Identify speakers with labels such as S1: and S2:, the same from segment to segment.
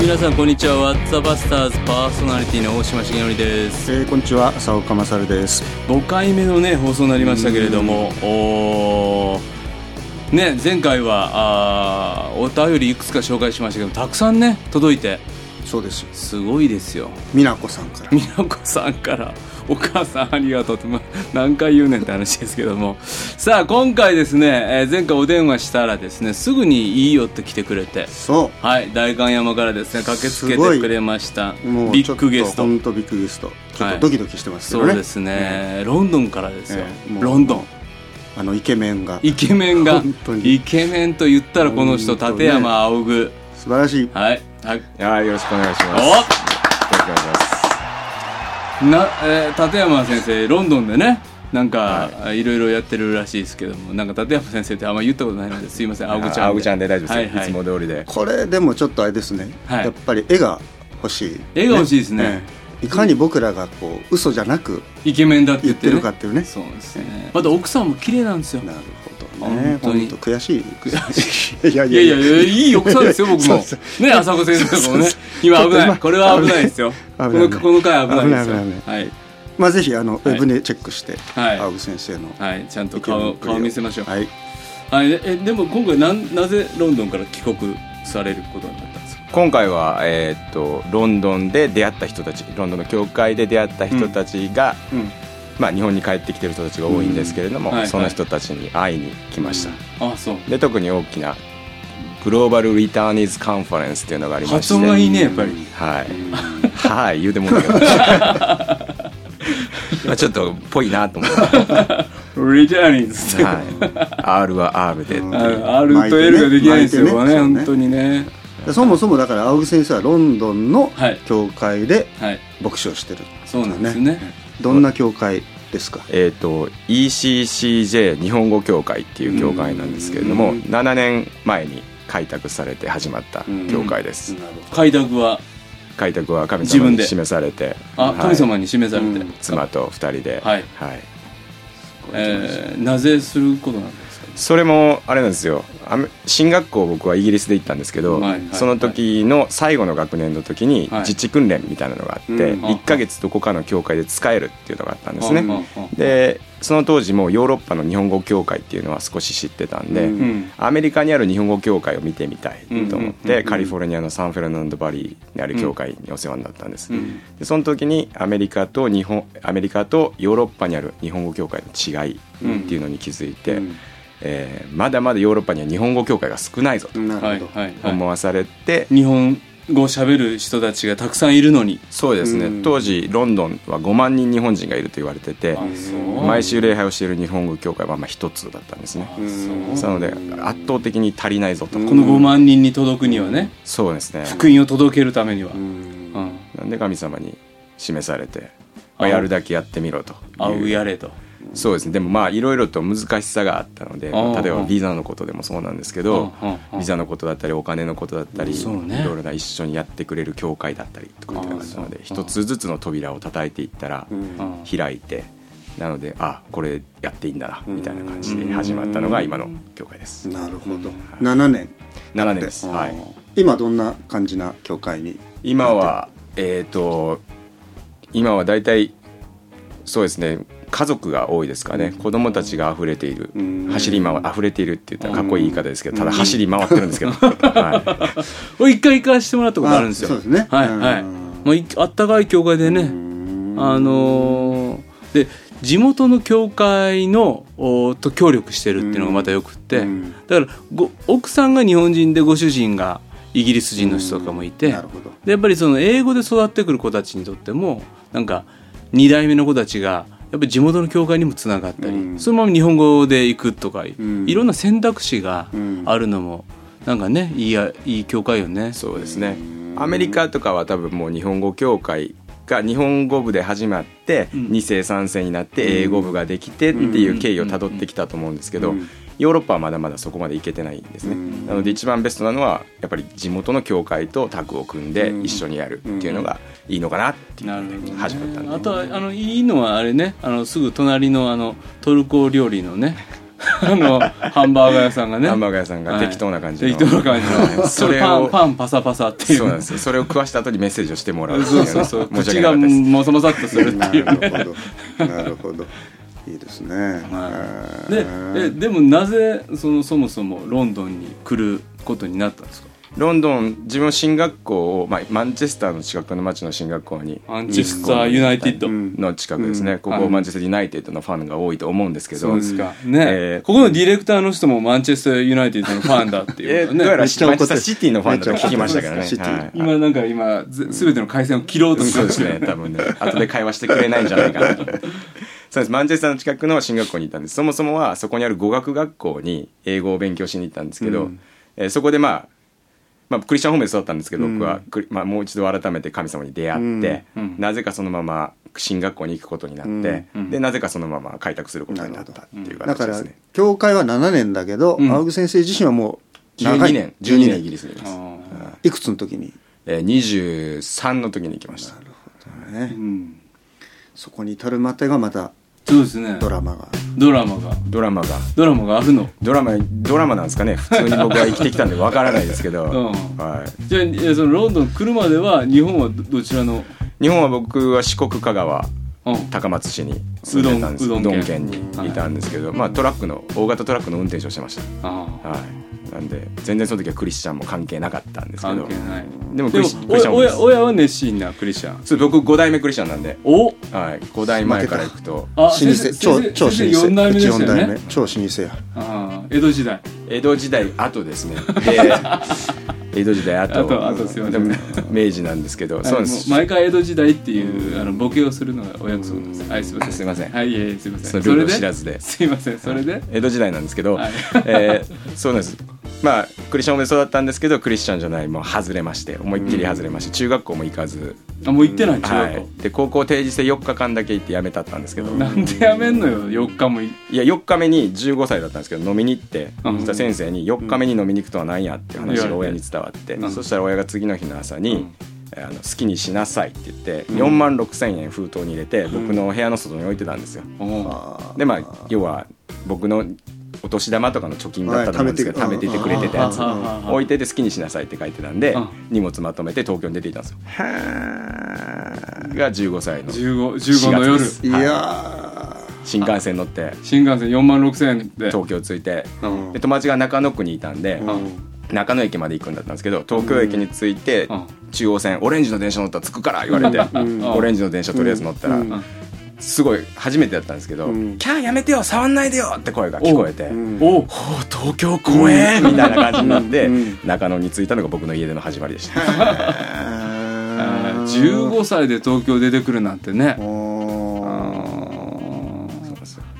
S1: 皆さんこんにちはワッツ・バスターズパーソナリティの大島重則です
S2: えー、こんにちは浅岡勝です
S1: 5回目のね放送になりましたけれどもおーね前回はあーお便りいくつか紹介しましたけどたくさんね届いて
S2: そうです
S1: すごいですよ
S2: 美奈子さんから
S1: 美奈子さんから「お母さんありがとう」って、まあ、何回言うねんって話ですけどもさあ今回ですね、えー前回お電話したらですねすぐに「いいよ」って来てくれて
S2: そ
S1: はい代官山からですね駆けつけ
S2: すご
S1: て
S2: い
S1: くれました
S2: うもう
S1: ビッグゲスト
S2: 本当ビッグゲストちょっ
S1: はい
S2: とドキドキしてますけ
S1: そ
S2: ど
S1: う
S2: ね、
S1: ですね、ロンドンからですよ、
S2: ええもう
S1: ロンドン
S2: あのイケメンが
S1: イケメンが
S2: 本当に
S1: イケメンと言ったらこの人
S2: 本当
S1: 立
S2: ね
S1: 山仰ぐ
S2: 素晴らしい
S1: はいはい
S3: いやーよろしくお願いします。よろし
S1: お
S3: くお願いします。
S1: な、えー立山先生ロンドンでねなんか、い、ろいろやってるらしいですけどもなんか立山先生ってあんま言ったことないのですいません青ぐちゃんで
S3: あ青木ちゃんで大丈夫ですよ。
S1: はい
S3: い
S1: はい
S3: つも通りで。
S2: これでもちょっとあれですね、
S1: はい
S2: やっぱり絵が欲しい
S1: 絵が欲しいですね
S2: えいかに僕らがこう嘘じゃなく
S1: イケメンだって言って,、ね、
S2: 言ってるかっていうね
S1: そうですねまた奥さんも綺麗なんですよ
S2: なるほどね
S1: 本当に
S2: 本当悔しい
S1: い
S2: いや
S1: やいやいやいい奥さんですよ僕も
S2: そう
S1: ね浅子先生とかもね今危
S2: ちょっと
S1: ない
S2: 今
S1: これは危ないですよ
S2: 危
S1: こ
S2: ない
S1: のこの回危ないですよ
S2: 危ない危
S1: はい
S2: まあぜひあの、
S1: い
S2: ウェブでチェックして、
S1: はい
S2: 青木先生の
S1: はいちゃんと
S2: イケメンぶり
S1: 顔
S2: を
S1: 顔見せましょう
S2: はい
S1: はいええでも今回なんなぜロンドンから帰国されることになったんですか
S3: 今回はえーっとロンドンで出会った人たち、ロンドンの教会で出会った人たちが、
S2: うん
S3: まあ日本に帰ってきてる人たちが多いんですけれども、
S1: うんはい
S3: その人たちに会いに来ました。
S1: あそう
S3: で特に大きなグローバルリターニーズカンファレンスっていうのがありまして。
S1: 発音がいいねやっぱり
S3: はい。はい言うてもんだけ ど。今ちょっとぽいなと思って。
S1: リターニーズって
S3: はい。R は R でっていう。
S2: うん
S1: あ R と L ができないんですよ、こ
S2: 巻い
S1: れ
S2: て
S1: ね、
S2: ね
S1: 本当にね。
S2: でそもそもだから青木先生はロンドンの
S1: はい
S2: 教会で
S1: はい、
S2: 牧師をしてる、
S1: そうなんですね。
S2: どんな教会ですか
S3: えー、と ECCJ 日本語協会っていう協会なんですけれども
S1: うん
S3: 7年前に開拓されて始まった協会です
S1: 開拓は、
S3: 開拓は神
S1: 自
S3: 様
S1: 分で
S3: に示されて
S1: あ、
S3: はい
S1: 神様に示されて、
S3: 妻と2人で、
S1: はいえーなぜすることなんですか。
S3: それもあれなんですよアメ進学校僕はイギリスで行ったんですけど、
S1: はいはい
S3: その時の最後の学年の時に
S1: はい
S3: 自治訓練みたいなのがあって、
S2: うん
S3: 1ヶ月どこかの教会で使えるっていうのがあったんですね、
S1: うんうん
S3: でその当時もうヨーロッパの日本語協会っていうのは少し知ってたんで、
S2: うん
S1: うん、
S3: アメリカにある日本語協会を見てみたい
S1: うん
S3: と思っ
S1: うんうんうん
S3: てカリフォルニアのサンフェルナンドバリーにある教会にお世話になったんです、
S1: うん
S3: でその時にアメリカと日本アメリカとヨーロッパにある日本語協会の違いっていうのに気づいて、
S2: うん
S3: えーまだまだヨーロッパには日本語協会が少ないぞと
S2: な
S1: はい、
S2: るほど、
S1: はい、
S3: 思
S1: は
S3: わされて、
S1: い。日本語喋る人たちがたくさんいるのに。
S3: そうですね、
S2: うん
S3: 当時ロンドンは5万人日本人がいると言われてて
S1: そう
S3: 毎週礼拝をしている日本語協会はまあ1つだったんですね
S1: あそう
S3: なので圧倒的に足りないぞと、
S2: うん
S1: この5万人に届くにはね、
S3: そうですね
S1: 福音を届けるためには。
S2: うん
S1: うん、
S3: なんで神様に示されて、
S1: あ
S3: まあ、やるだけやってみろと
S1: あう
S3: いう
S1: やれと。
S3: そうですねでもまあいろいろと難しさがあったので、
S1: あー
S3: まあ例えばビザのことでもそうなんですけ
S1: うん
S3: ど
S1: うんうん
S3: ビザのことだったりお金のことだったり、
S1: そうね
S3: いろいろな一緒にやってくれる教会だったりとかっていうのがあったの
S1: あ
S3: で
S1: ーそう
S3: 一つずつの扉を叩いていったら
S2: うん
S1: うん
S3: 開いてなのであこれやっていいんだなみたいな感じ
S1: うん
S3: で始まったのが今の教会です
S2: なるほど、7年
S3: 7年ですは
S1: あ
S3: い
S1: ー
S2: 今どんな感じな教会に
S3: 今はえっ、と今は大体そうですね家族が多いですかね子供たちが溢れている
S2: うん
S3: 走り回溢れているって言ったらかっこいい言い方ですけどただ走り回ってるんで すけど、は
S1: これ一回行かしてもらったことあるんですよ。
S2: あそうですね
S1: はい
S2: うん
S1: はい。まあい、あったかい教会でね、あのーで地元の教会のおと協力してるっていうのがまたよくって、
S2: うん
S1: だからご奥さんが日本人でご主人がイギリス人の人とかもいて、
S2: なるほど
S1: でやっぱりその英語で育ってくる子たちにとってもなんか2代目の子たちがやっぱり地元の教会にもつながったり、
S2: うん
S1: そのまま日本語で行くとか、
S2: ん
S1: いろんな選択肢が
S2: うん
S1: あるのもなんかねいいやいい教会よね
S3: い、。そうですねアメリカとかは多分もう日本語協会が日本語部で始まって
S1: うん
S3: 2世3世になって英語部ができてっていう経緯をたどってきたと思うんですけど
S2: うん
S3: ヨーロッパはまだまだそこまでいけてないんですね
S2: うん
S3: なので一番ベストなのはやっぱり地元の教会とタッグを組んで
S2: うん
S3: 一緒にやるっていうのがいいのかなっていう
S1: なるほど、ね、
S3: 始まったんで
S1: あとはあのいいのはあれねあのすぐ隣のあのトルコ料理のね あのハンバーガー屋さんがね
S3: ハンバーガー屋さんが
S1: はい
S3: 適当な感じの
S1: 適当な感じ
S3: は
S1: の
S3: い
S1: そ
S3: そ
S1: れ
S3: れ
S1: パン
S3: を
S1: パンパサパサっていう
S3: そうなんですよそれを食わした後にメッセージをしてもらうってい
S1: そううそうそう
S3: 申し
S1: 口
S3: 訳な
S1: が
S3: かったです
S1: もそもさっとするっ
S2: な
S1: てい
S2: る
S1: うね
S2: ほどなるほどいいですね、
S1: は
S2: はい
S1: でえでもなぜそのそもそもロンドンに来ることになったんですか
S3: ロンドン自分は進学校を、まあ、マンチェスターの近くの町の進学校に
S1: マンチェスターユナイティッド
S3: の近くですね、
S2: うん
S3: こ
S1: は
S3: こ
S1: い
S3: マンチェスターユナイテッドのファンが多いと思うんですけど
S1: ね、
S3: えー
S1: ここのディレクターの人もマンチェスターユナイテッドのファンだってい
S3: え
S1: う
S3: どう
S2: め
S3: やらマ
S2: っ
S3: ンチ
S2: ちゃ怒ってる
S3: ェスターシティのファンだと聞きましたからね
S2: めっちゃ怒ってます
S3: はい
S1: 今なんか今ぜ全ての回線を切ろうとす
S3: そ
S1: る
S3: うです ね多分ね後で会話してくれないんじゃないかなと思ってそうですマンチェスターの近くの進学校に行ったんですそもそもはそこにある語学学校に英語を勉強しに行ったんですけ
S2: う
S3: ど、
S2: ん
S3: えーそこでまあまあ、クリスチャンホームで育ったんですけど、
S2: うん
S3: 僕はクリ、まあ、もう一度改めて神様に出会って、
S1: うんうん
S3: なぜかそのまま進学校に行くことになっ
S2: う
S3: て、
S2: ん
S1: うん
S3: でなぜかそのまま開拓することになったっていう
S2: だ
S3: 形
S2: か
S3: です
S2: ら
S3: ね。
S2: 教会は7年だけど、
S1: うん
S2: 青木先生自身はもう長い
S3: 12年12年イギリスにいます、
S1: あ
S2: いくつの時に、
S3: えー、23の時に行きました
S1: ーう
S2: ね、
S1: ん
S2: そこに至るまでがまた
S1: そうですね
S2: ドラマが
S1: ドラマが
S3: ドラマが
S1: ドラマがあるの
S3: ドラマドラマなんですかね普通に僕は生きてきたんでわからないですけど、
S1: うん
S3: は
S1: じゃあえーそのロンドン来るまでは日本はどどちらの
S3: い、日本は僕は四国香川
S1: うん
S3: 高松市に住んでたんです
S1: うどんうどん県
S3: 県にいたんですけど、まあ、トラックの大型トラックの運転手をしてまし
S1: あ
S3: た、
S1: あ
S3: はい、なんで全然その時はクリスチャンも関係なかったんですけ
S1: 関
S3: ど
S1: 係ない
S3: でも
S1: で
S3: クリ
S1: も
S3: スクリスチ
S1: 親
S3: ャンもで
S1: 親
S3: す
S1: 親は熱心なクリスチャン
S3: そう僕5代目クリスチャンなんで、
S1: お
S3: はい、5代前から行くと
S1: あ
S2: 老舗
S1: 先生
S2: 超
S1: 先生
S2: 超老
S1: 先生四代目
S2: 舗う
S1: で
S2: ち
S1: すよ
S2: 4
S1: ね
S2: 代目超老舗や
S1: ああ江戸時代
S3: 江戸時代後です ねで江戸時代後
S1: あとあとすいません
S3: でも明治なんですけどそうなんで
S1: はい
S3: す
S1: もう毎回江戸時代っていうあのボケをするのがお約束なんですはいすいません
S3: すいません
S1: はいいえいえすいませ
S3: そ
S1: ん
S3: のルールを知らずです
S1: いませんそれで
S3: 江戸時代なんですけど、
S1: はい
S3: えーそうなんですまあクリスチャンで育ったんですけどクリスチャンじゃないもう外れまして思いっきり外れまして、中学校も行かず、
S1: あもう行ってない中
S3: は
S1: 学
S3: い
S1: 校、
S3: で高校定時制4日間だけ行って辞めたったんですけど、
S1: なんでやめんのよ4日もい
S3: いや4日目に15歳だったんですけど飲みに行って、
S1: うん
S3: そしたら先生に4日目に飲みに行くとは何やっていう話が親に伝わって、
S1: うん
S3: そしたら親が次の日の朝に、
S1: うん
S3: えーあの好きにしなさいって言って4万6千円封筒に入れて僕の部屋の外に置いてたんですよ。
S1: お
S2: あー
S3: でまあ要は僕のお年玉とかの貯金だったと思うんですけど
S2: は
S3: 貯
S2: い貯め
S3: めて
S2: て
S3: てくれてたやつ
S2: あー
S3: 置いてて好きにしなさいって書いてたんで
S1: うん
S3: 荷物まとめて東京に出ていたんですよ。が15歳の
S1: 15 15の夜
S3: 4月
S2: い
S3: はい
S2: や
S3: 新幹線乗って
S1: 新幹線4万6千円で
S3: 東京着いて
S1: うん
S3: で友達が中野区にいたんで
S2: ー、うん
S3: 中野駅まで行くんだったんですけど東京駅に着いて
S1: うん
S3: 中央線「オレンジの電車乗ったら着くから」言われて
S2: ん
S3: オレンジの電車とりあえず乗ったら
S2: うん
S3: すごい初めてだったんですけど
S2: うん
S3: 「キャーやめてよ触んないでよ!」って声が聞こえて
S2: う。ん
S1: お
S3: おー東京公園みたいな感じになって
S2: うんうん
S3: 中野に着いたのが僕の家での始まりでした
S1: あー15歳で東京出てくるなんてねうん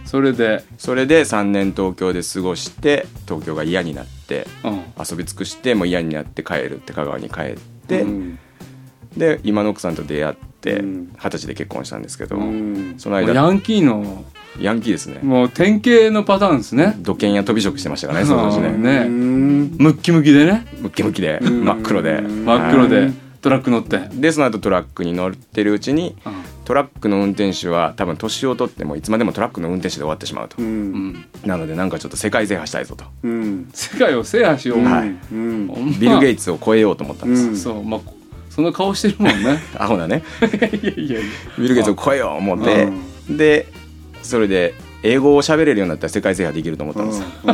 S1: それで
S3: それで3年東京で過ごして東京が嫌になって
S1: うん
S3: 遊び尽くしてもう嫌になって帰るって香川に帰って、
S2: うん
S3: で今の奥さんと出会って
S2: うん
S3: 二十歳で結婚したんですけど、
S2: うん
S3: その
S1: もう
S3: 間
S1: ヤンキーの
S3: ヤンキーですね
S1: もう典型のパターンですね
S3: 土建や飛び職してましたからねその時
S1: うん
S3: ね
S2: う
S1: ね
S2: ん
S1: ムッキムキでね
S3: ムッキムキで
S2: ん
S3: 真っ黒で
S1: 真っ黒
S3: は
S1: で
S3: い
S1: トラック乗って
S3: でその後トラックに乗ってるうちにトラックの運転手は多分年を取ってもいつまでもトラックの運転手で終わってしまうと
S2: う、
S1: うんん
S3: なのでなんかちょっと世界制覇したいぞと
S2: うん
S1: 世界を制覇しよう
S3: はい
S2: うん
S1: ほんま
S3: ビル・ゲイツを超えようと思ったんです、
S2: うん
S1: そうまあこその顔してるもんね
S3: アホなね
S1: いやいやいや
S3: ビル・ゲイツを超えよう思ってでそれで英語を喋れるようになったら世界制覇できると思ったんですよ、
S2: う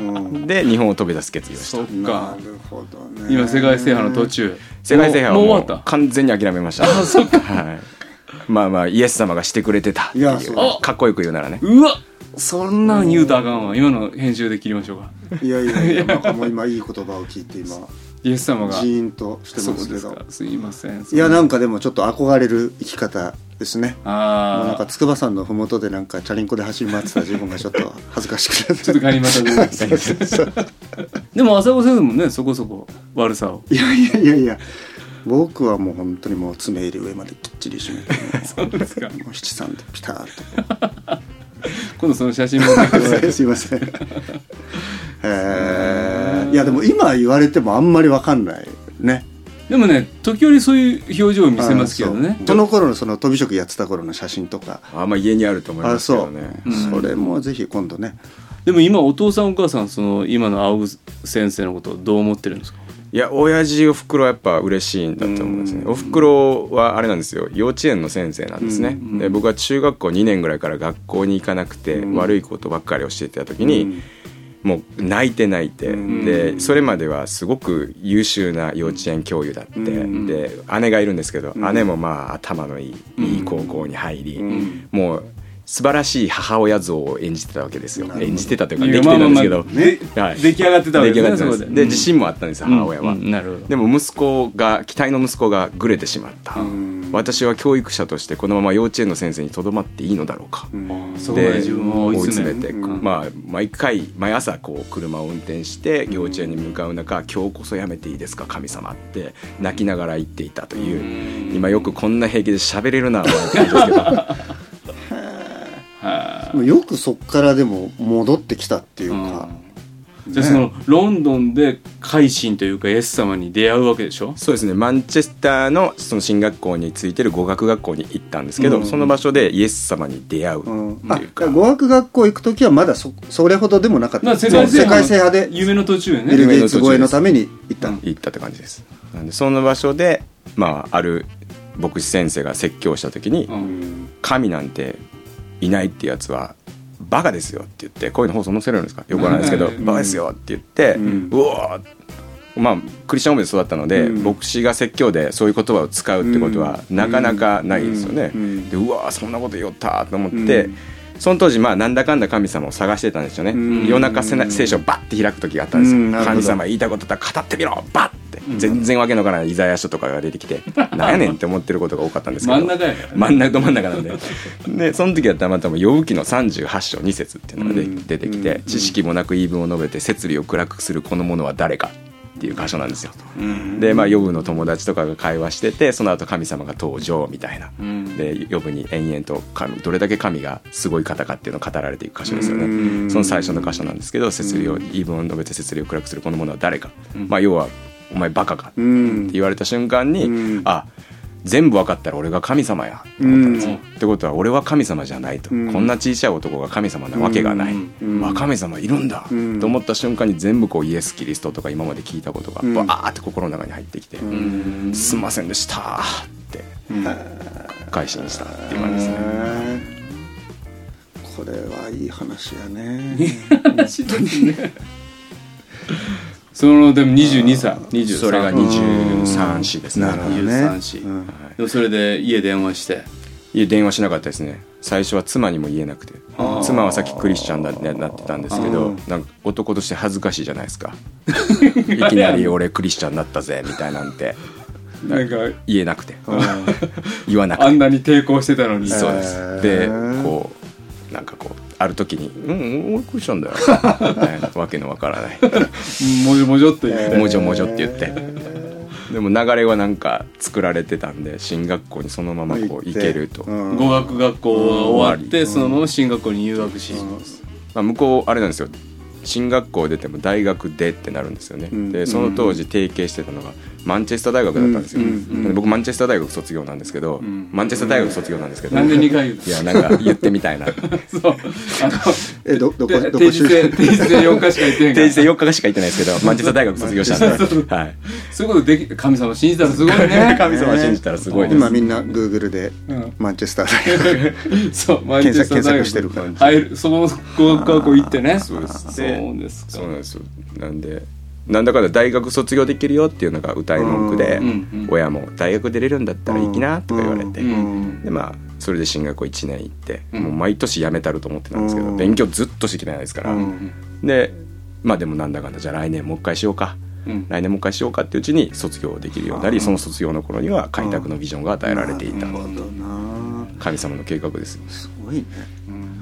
S2: ん うんうん
S3: で日本を飛び出す決意をした
S1: そっ
S2: な
S1: か
S2: るほどね
S1: 今世界制覇の途中
S3: 世界制覇
S1: もう
S3: は
S1: も
S3: も
S1: う終わ
S3: う
S1: った
S3: 完全に諦めました はい、まあまあイエス様がしてくれてたってい
S2: いやそう
S3: うかっこよく言うならね
S1: うわそんなん言うたらあかんわ今の編集で切りましょうか
S2: いやいや いやなんかもう今いい言葉を聞いて今
S1: イエス様が
S2: ジーンとして
S1: そう
S2: ま
S1: です
S2: け
S1: す
S2: ど
S1: かすいません
S2: いやなんかでもちょっと憧れる生き方ですねもうなん
S1: あ
S2: か
S1: あ
S2: 筑波山の麓でなんかチャリンコで走り回ってた自分がちょっと恥ずかしくなっ
S1: ちょ
S2: て
S1: っと帰りましたねでも浅子先生もねそこそこ悪さを
S2: いやいやいやいや僕はもう本当にもう爪入り上まできっちり締め て
S1: そうですか
S2: もう七三でピターッ
S1: 今度その写真も
S2: と すいませんえーいやでも今言われてもあんまりわかんないね
S1: でもね時折そういう表情を見せますけどね
S2: あそうこの頃のその飛び職やってた頃の写真とか
S3: あんま家にあると思い
S2: あ
S3: ますけ
S2: そ
S3: ど
S2: う
S3: ね
S1: うん
S2: それもぜひ今度ね
S1: でも今お父さんお母さんその今の青先生のことをどう思ってるんですか
S3: いや親父おふくろはやっぱ嬉しいんだと思うんですねおふくろはあれなんですよ幼稚園の先生なんですねで僕は中学校2年ぐらいから学校に行かなくて悪いことばっかりをしていた時にもう泣いて泣いてでそれまではすごく優秀な幼稚園教諭だってで姉がいるんですけど姉もまあ頭のいいいい高校に入りもう素晴らしい母親像を演じてたわけですよ演じてたというかできてたんですけど
S1: まあまあまあね
S3: はい
S1: 出来上がってたわけ
S3: 出来上がってたん
S1: そこ
S3: で
S1: です
S3: で自信もあったんです母親は、
S1: うんうんなるほど
S3: でも息子が期待の息子がぐれてしまった
S2: ん
S3: 私は教育者としてこのまま幼稚園の先生にとどまっていいのだろうか、
S1: そこまで
S3: で
S1: 自分を追い詰め
S3: て、
S1: うん
S3: まあ、毎回毎朝こう車を運転して幼稚園に向かう中「今日こそやめていいですか神様」って泣きながら言っていたという、今よくこんな平気で喋れるなと 思ってるんですけど
S2: もうよくそっからでも戻ってきたっていうか、
S1: じゃあそのロンドンで改心というかイエス様に出会うわけでしょ
S3: そうですねマンチェスターのその進学校についてる語学学校に行ったんですけど、その場所でイエス様に出会うって
S2: うん
S3: いう
S2: あ
S3: か、
S2: 語学学校行く時はまだそそれほどでもなかっ
S1: な
S2: た
S1: 世界制
S2: 世
S1: 覇
S2: 界制覇で
S1: 夢の途中や
S2: ビル・
S1: ね
S2: ゲイツ越えのために行った、
S3: 行ったって感じですなんでその場所で、まあ、ある牧師先生が説教した時に
S1: うん
S3: 「神なんていないってやつはバカですよ」って言ってこういうの放送載せれるんですかよくわからないですけど
S1: う
S3: 「バカですよ」って言って
S2: ん
S3: うおーまあクリスチャンオーで育ったので、
S2: うん
S3: 牧師が説教でそういう言葉を使うってことはなかなかないですよね。
S2: うんうん
S3: でうわーそんなこと言おったと思って、
S2: うん
S3: その当時まあなんだかんだ神様を探してたんですよね、
S2: ん
S3: 夜中せな聖書をバッて開く時があったんですよ、
S2: うんなるほど
S3: 神様言いたいことだったら語ってみろバッて全然わけのわからないイザヤ書とかが出てきて何やねんって思ってることが多かったんですけど
S1: 真ん中やからね
S3: 真ん中ど真ん中なんででその時はたまたま「呼ぶ記の38章2節っていうのがで出てきて、知識もなく言い分を述べて摂理を暗くするこの者は誰か」っていう箇所なんですよ。でまあ、ヨブの友達とかが会話しててその後神様が登場みたいな、
S1: ん
S3: でヨブに延々と神どれだけ神がすごい方かっていうのを語られていく箇所ですよね、
S2: うん
S3: その最初の箇所なんですけど説理を言い分を述べて説理を暗くするこの者は誰か、まあ、要は「お前バカか」って
S2: うん
S3: 言われた瞬間に、
S2: うん
S3: あ全部分かったら俺が神様やと思ったんですよ、ってことは俺は神様じゃないと、
S2: うん
S3: こんな小さい男が神様なわけがない、
S2: うん
S3: あ神様いるんだ、
S2: うん
S3: と思った瞬間に全部こうイエス・キリストとか今まで聞いたことが
S2: うん
S3: バーって心の中に入ってきて「
S1: うん
S3: すんませんでした」って改心したっていう感じですね。
S2: へーこれはいい話やね
S1: そのでも22歳23
S3: それが23子ですね
S2: なるほど
S1: 23
S2: ね
S1: 歳
S2: うん
S1: でもそれで家電話して
S3: いや電話しなかったですね最初は妻にも言えなくて
S1: あー
S3: 妻はさっきクリスチャンだってなってたんですけ
S2: あ
S3: ど
S2: ー
S3: なんか男として恥ずかしいじゃないですかいきなり「俺クリスチャンになったぜ」みたいなんて
S1: なんか
S3: 言えなくて
S2: うん
S3: 言わなく
S1: あんなに抵抗してたのに
S3: て そうです
S2: へ
S3: で
S2: ー
S3: こうなんかこうある時に「うんうん俺クリスチャンだよ」 みたいなわけのわからない
S1: もじょもじょっと言って、
S3: もじょもじょって言ってでも流れはなんか作られてたんで進学校にそのままこう行けると
S2: うん
S1: 語学学校が終わって、そのまま進学校に入学し、
S3: まあ、向こうあれなんですよ進学校出ても大学でってなるんですよね、
S2: ん
S3: でその当時提携してたのがマンチェスター大学だったんですよ、
S2: うんうん
S3: で僕マンチェスター大学卒業なんですけど、マンチェスター大学卒業なんですけど、
S1: なんで
S3: い
S1: 2回言う
S3: やなんか言ってみたいな
S1: そうあの
S2: えどどこ
S1: で
S2: どこ
S1: 定時制定時制4日しか行ってへんか
S3: 定
S1: ら
S3: 時で4日しか行ってないですけどマンチェスター大学卒業したんで、はい、
S1: そういうことでき神様信じたらすごい ね
S3: 神様信じたらすごいです
S2: 今みんなグーグルで
S1: ん
S2: マンチェスター大 学
S1: そう毎
S2: 検索検索してるから
S1: 入るその語学学校行ってね
S3: そうです
S1: そうですか
S3: そうなんですよなんでなんだかんだ大学卒業できるよっていうのが歌い文句で、
S2: うん
S1: うん
S3: 親も「大学出れるんだったら行きな」とか言われて、
S1: うん
S3: でまあそれで進学校1年行って、
S1: うん
S3: もう毎年辞めたると思ってたんですけど、
S2: うん
S3: 勉強ずっとしてきてないですから、
S2: うん
S3: でまあでもなんだかんだじゃあ来年もう一回しようか、
S1: うん
S3: 来年もう一回しようかっていううちに卒業できるようになりその卒業の頃には開拓のビジョンが与えられていた、
S2: なるほどな
S3: 神様の計画です
S2: すごいね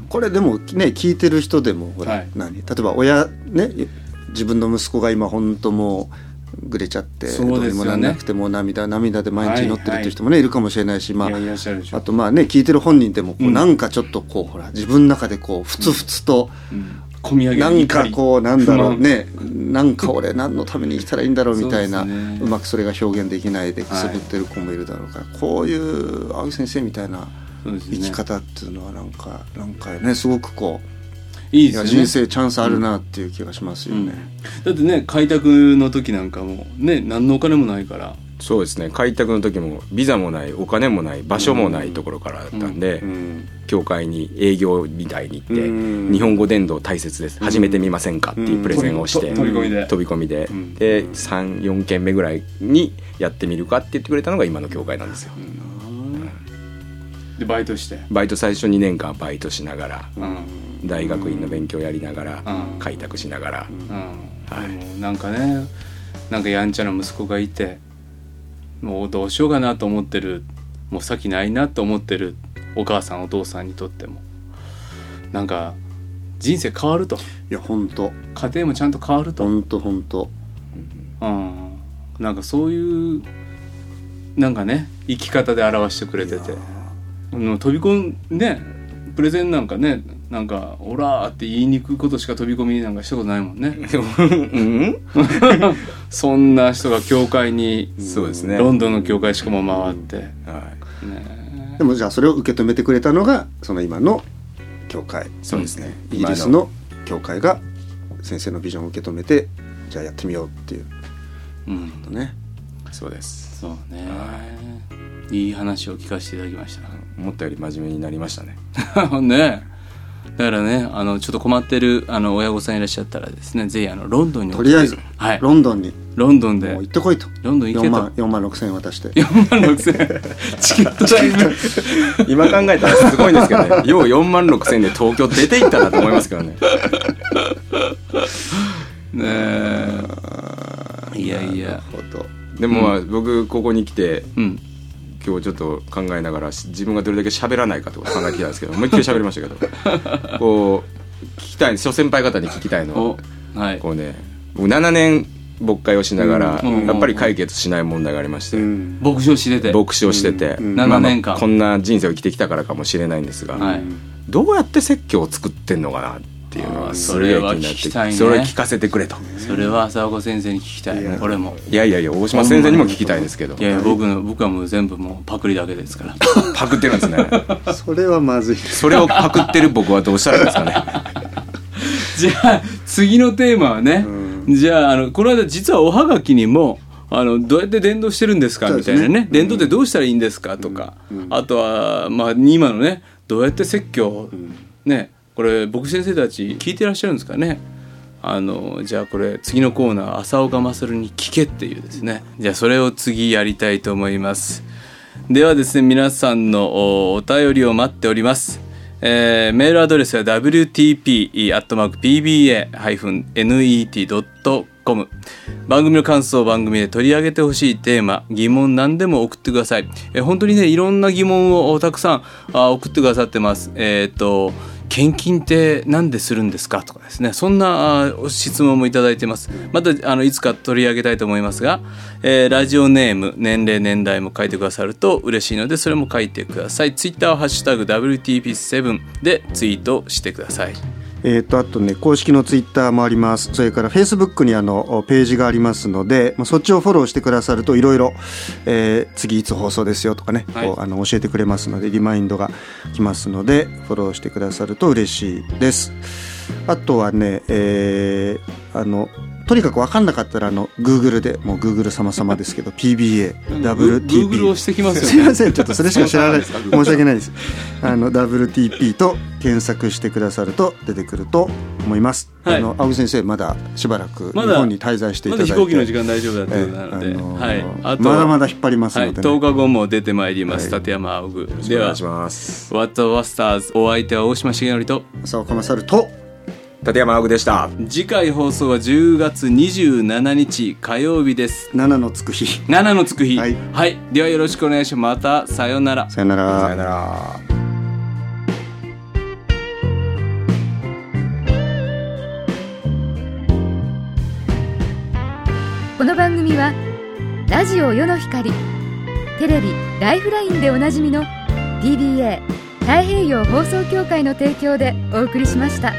S2: これでもね聞いてる人でもほら、
S1: はい
S2: 何例えば親ね自分の息子が今本当もうぐれちゃって
S1: そうですよね
S2: どうにもなんなくてもう涙涙で毎日祈ってるっていう人もね、いるかもしれないしまあ
S1: いやいらっしゃるでしょ
S2: あとまあね聞いてる本人でもこう、
S1: うん
S2: なんかちょっとこうほら自分の中でこうふつふつと、
S1: うん込み上げ
S2: な
S1: る
S2: ん
S1: 怒
S2: か
S1: り
S2: こうなんだろ
S1: 不
S2: う
S1: 満
S2: ねなんか俺何のために生きたらいいんだろうみたいな
S1: そううですね
S2: まくそれが表現できないでくすぶってる子もいるだろうから、こういう青木先生みたいな
S1: そうです
S2: 生
S1: ね
S2: き方っていうのはなんかなんかねすごくこ
S1: いいで
S2: い
S1: すよね
S2: や人生チャンスあるなっていう気がしますよね、
S1: だってね開拓の時なんかもね何のお金もないから
S3: そうですね開拓の時もビザもないお金もない場所もないところからだったんで、
S2: うん
S3: 教会に営業みたいに行って、
S2: うん
S3: 日本語伝道大切です始めてみませんかっていうプレゼンをして、
S1: うん飛び飛び込みで
S3: 飛び込みで、
S2: ん
S3: で34件目ぐらいにやってみるかって言ってくれたのが今の教会なんですよ、
S1: でバイトして
S3: バイト最初2年間バイトしながら、
S1: うん
S3: 大学院の勉強やりながら、
S1: うん
S3: 開拓しながら、
S1: うん、でもなんかねなんかやんちゃな息子がいてもうどうしようかなと思ってるもう先ないなと思ってるお母さんお父さんにとってもなんか人生変わると
S2: いや本当
S1: 家庭もちゃんと変わると、
S2: 本当本当
S1: うん、なんかそういうなんかね生き方で表してくれててうん飛び込んねプレゼンなんかねなんか「オラ!」って言いにくいことしか飛び込みなんかしたことないもんね
S3: うん
S1: そんな人が教会に
S3: そうですね
S1: ロンドンの教会しかも回って、
S3: はい
S1: ね
S2: でもじゃあそれを受け止めてくれたのがその今の教会
S3: そうですね
S2: イギリス
S3: 今の
S2: の教会が先生のビジョンを受け止めてじゃあやってみようっていう
S1: うん、
S2: ことね
S3: そうです
S1: そうねいい話を聞かせていただきました
S3: 思ったより真面目になりましたね
S1: ねだからねあのちょっと困ってるあの親御さんいらっしゃったらですねぜひあのロンドンに送
S2: と
S1: って
S2: りあえず、
S1: はい、
S2: ロンドンに
S1: ロンドンで
S2: もう行ってこいと
S1: ロンドン行けと
S2: 4万4万6千円渡して
S1: 4万6000チケット代
S3: 今考えたらすごいんですけどねよう4万6千で東京出ていったなと思いますけどね
S1: ねえいやい
S2: なる
S1: や
S2: ほ ど
S3: でもまあ僕ここに来て
S1: うん
S3: 今日ちょっと考えながらし自分がどれだけ喋らないかとか考えてきたんですけど思いっきり喋りました けどこう聞きたい諸先輩方に聞きたいの
S1: お
S3: は
S1: はい
S3: こうね僕7年牧会をしながら、
S1: うん
S3: やっぱり解決しない問題がありまして、
S2: うん
S1: 牧師をしてて
S3: 牧師をしてて、
S1: ん
S3: まあまあ
S1: 7年間
S3: こんな人生を生きてきたからかもしれないんですが、
S1: はい
S3: どうやって説教を作ってんのかなっていうの
S1: あー
S3: はすげえ気になっ
S1: それ
S3: て
S1: は聞きたいね
S3: それ聞かせてくれと。
S1: それは浅岡先生に聞きたい俺も
S3: いやいやいや大島先生にも聞きたいですけど
S1: いやいや僕の僕はもう全部もうパクリだけですから
S3: パクってるんですね
S2: それはまずい
S3: それをパクってる僕はどうしたらいいですかね
S1: じゃあ次のテーマはね、じゃああのこの間実はおはがきにもあのどうやって伝道してるんですか
S2: そう
S1: み
S2: で
S1: た
S2: す
S1: い
S2: ね
S1: なね伝道ってどうしたらいいんですかとか、あとは、まあ、今のねどうやって説教を、ねこれ僕先生たち聞いてらっしゃるんですかねあのじゃあこれ次のコーナー「浅岡勝に聞け」っていうですねじゃあそれを次やりたいと思います。ではですね皆さんのおお便りを待っております、えーメールアドレスは wtp.pba-net.com 番組の感想を番組で取り上げてほしいテーマ疑問何でも送ってください、えー本当にねいろんな疑問をおたくさんあ送ってくださってますえっ、と献金って何でするんですかとかですねそんなあ質問もいただいてますまたあのいつか取り上げたいと思いますが、えーラジオネーム年齢年代も書いてくださると嬉しいのでそれも書いてくださいツイッターは「ハッシュタグ #WTP7」でツイートしてください
S2: えー、とあとね公式のツイッターもありますそれからフェイスブックにあのページがありますので、まあ、そっちをフォローしてくださるといろいろえー次いつ放送ですよとかね、
S1: はい
S2: こうあの教えてくれますのでリマインドが来ますのでフォローしてくださると嬉しいですあとはね、えーあのとにかく分かんなかったらあの Google でもう Google 様様で すけど
S1: Google
S2: PBAWTP
S1: をしてきますよね
S2: すいませんちょっとそれしか知らない申し訳ないですあの WTP と検索してくださると出てくると思います、
S1: はい
S2: あの青木先生まだしばらく日
S1: まだ
S2: 本に滞在してい
S1: ま
S2: ただ
S1: だ
S2: いて
S1: 飛行機の時間大丈夫だということなので、
S2: ええあの
S1: はい
S2: ー、
S1: あと
S2: まだまだ
S1: 引
S2: 引っ張りますので、ね
S1: はい、10日後も出てまいります、
S2: はい
S1: 立山青具
S3: お
S1: で
S3: 願
S1: はい
S3: します
S1: 「What the Busters」お相手は大島重則と
S2: 朝岡勝と
S3: 立山アグでした
S1: 次回放送は10月27日火曜日です
S2: 7のつく日
S1: 7のつく日は
S2: はいい、
S1: ではよろしくお願いしますまたさようなら
S2: さよなら
S3: さよなら
S4: この番組はラジオ世の光テレビ「ライフライン」でおなじみの DBA 太平洋放送協会の提供でお送りしました。